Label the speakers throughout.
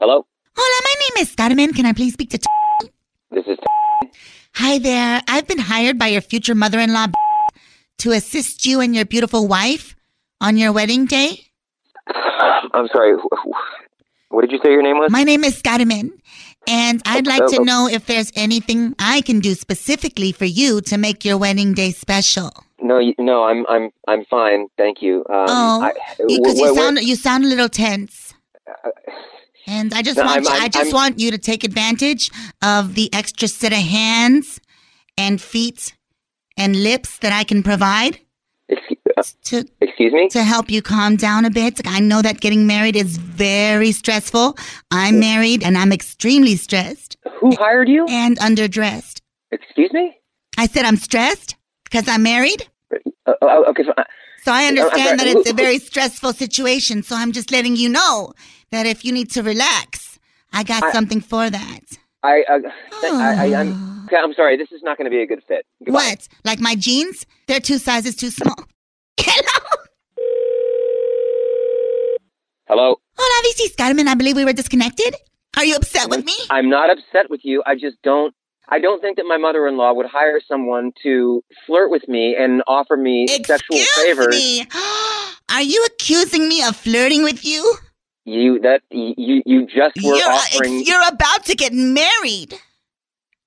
Speaker 1: Hello,
Speaker 2: Hola, my name is Scottiman. Can I please speak to? T-
Speaker 1: this is.
Speaker 2: Hi there. I've been hired by your future mother-in-law b- to assist you and your beautiful wife on your wedding day.
Speaker 1: I'm sorry. wh- wh- What did you say your name was?
Speaker 2: My name is Scottiman, and I'd like to know if there's anything I can do specifically for you to make your wedding day special.
Speaker 1: no, you, no, I'm, I'm, I'm fine. Thank you. Um,
Speaker 2: oh,
Speaker 1: I-
Speaker 2: because
Speaker 1: wh-
Speaker 2: you
Speaker 1: wh-
Speaker 2: sound you sound a little tense. And I just
Speaker 1: No,
Speaker 2: want
Speaker 1: I'm-
Speaker 2: you-
Speaker 1: I'm-
Speaker 2: I just
Speaker 1: I'm-
Speaker 2: want you to take advantage of the extra set of hands and feet and lips that I can provide
Speaker 1: Excuse, uh,
Speaker 2: to
Speaker 1: excuse me.
Speaker 2: to help you calm down a bit. I know that getting married is very stressful. I'm married and I'm extremely stressed
Speaker 1: Who hired you?
Speaker 2: and underdressed.
Speaker 1: Excuse me.
Speaker 2: I said I'm stressed because I'm married.
Speaker 1: Uh, oh, okay. fine.
Speaker 2: So
Speaker 1: sorry.
Speaker 2: I understand that it's a
Speaker 1: Who-
Speaker 2: very stressful situation. So I'm just letting you know that if you need to relax, I got
Speaker 1: I-
Speaker 2: something for that.
Speaker 1: I, uh, th- I, I, I'm. Okay, I'm sorry. This is not going to be a good fit. Goodbye.
Speaker 2: What? Like my jeans? They're two sizes too small. Hello.
Speaker 1: Hello.
Speaker 2: Hola, VC's Carmen. I believe we were disconnected. Are you upset with me?
Speaker 1: I'm not upset with you. I just don't. I don't think that my mother-in-law would hire someone to flirt with me and offer me sexual favors.
Speaker 2: me. Are you accusing me of flirting with you?
Speaker 1: You that you you just were
Speaker 2: You're, uh,
Speaker 1: offering.
Speaker 2: ex- you're about to get married.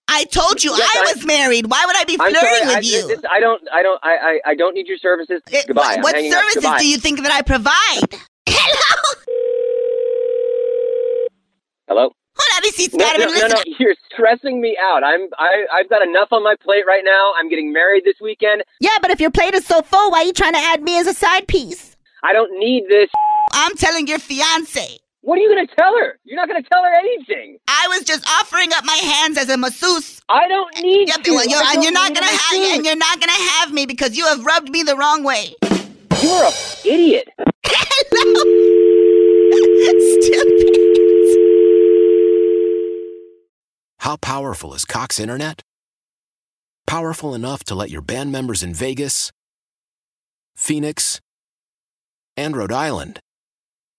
Speaker 2: I told you
Speaker 1: Yes,
Speaker 2: I
Speaker 1: I-
Speaker 2: was married. Why would I be
Speaker 1: I'm
Speaker 2: flirting
Speaker 1: sorry,
Speaker 2: with
Speaker 1: I,
Speaker 2: you?
Speaker 1: This, I don't. I don't. I, I. I don't need your services.
Speaker 2: It-
Speaker 1: Goodbye.
Speaker 2: what-
Speaker 1: I'm
Speaker 2: what
Speaker 1: hanging up.
Speaker 2: services
Speaker 1: Goodbye.
Speaker 2: do you think that I provide? Hello?
Speaker 1: Hello.
Speaker 2: Hold on, this is
Speaker 1: No, no,
Speaker 2: Carmen.
Speaker 1: no,
Speaker 2: Listen,
Speaker 1: no. You're stressing me out. I'm. I. I've got enough on my plate right now. I'm getting married this weekend.
Speaker 3: Yeah, but if your plate is so full, why are you trying to add me as a side piece?
Speaker 1: I don't need this.
Speaker 2: I'm telling your fiance.
Speaker 1: What are you going to tell her? You're not going to tell her anything.
Speaker 2: I was just offering up my hands as a masseuse.
Speaker 1: I don't need
Speaker 2: Yep,
Speaker 1: you.
Speaker 2: well, you're,
Speaker 1: I
Speaker 2: and
Speaker 1: don't
Speaker 2: you're not
Speaker 1: need
Speaker 2: gonna
Speaker 1: my
Speaker 2: have,
Speaker 1: food.
Speaker 2: and you're not gonna have me because you have rubbed me the wrong way.
Speaker 1: You're a idiot.
Speaker 2: Hello, stupid.
Speaker 4: How powerful is Cox Internet? Powerful enough to let your band members in Vegas, Phoenix, and Rhode Island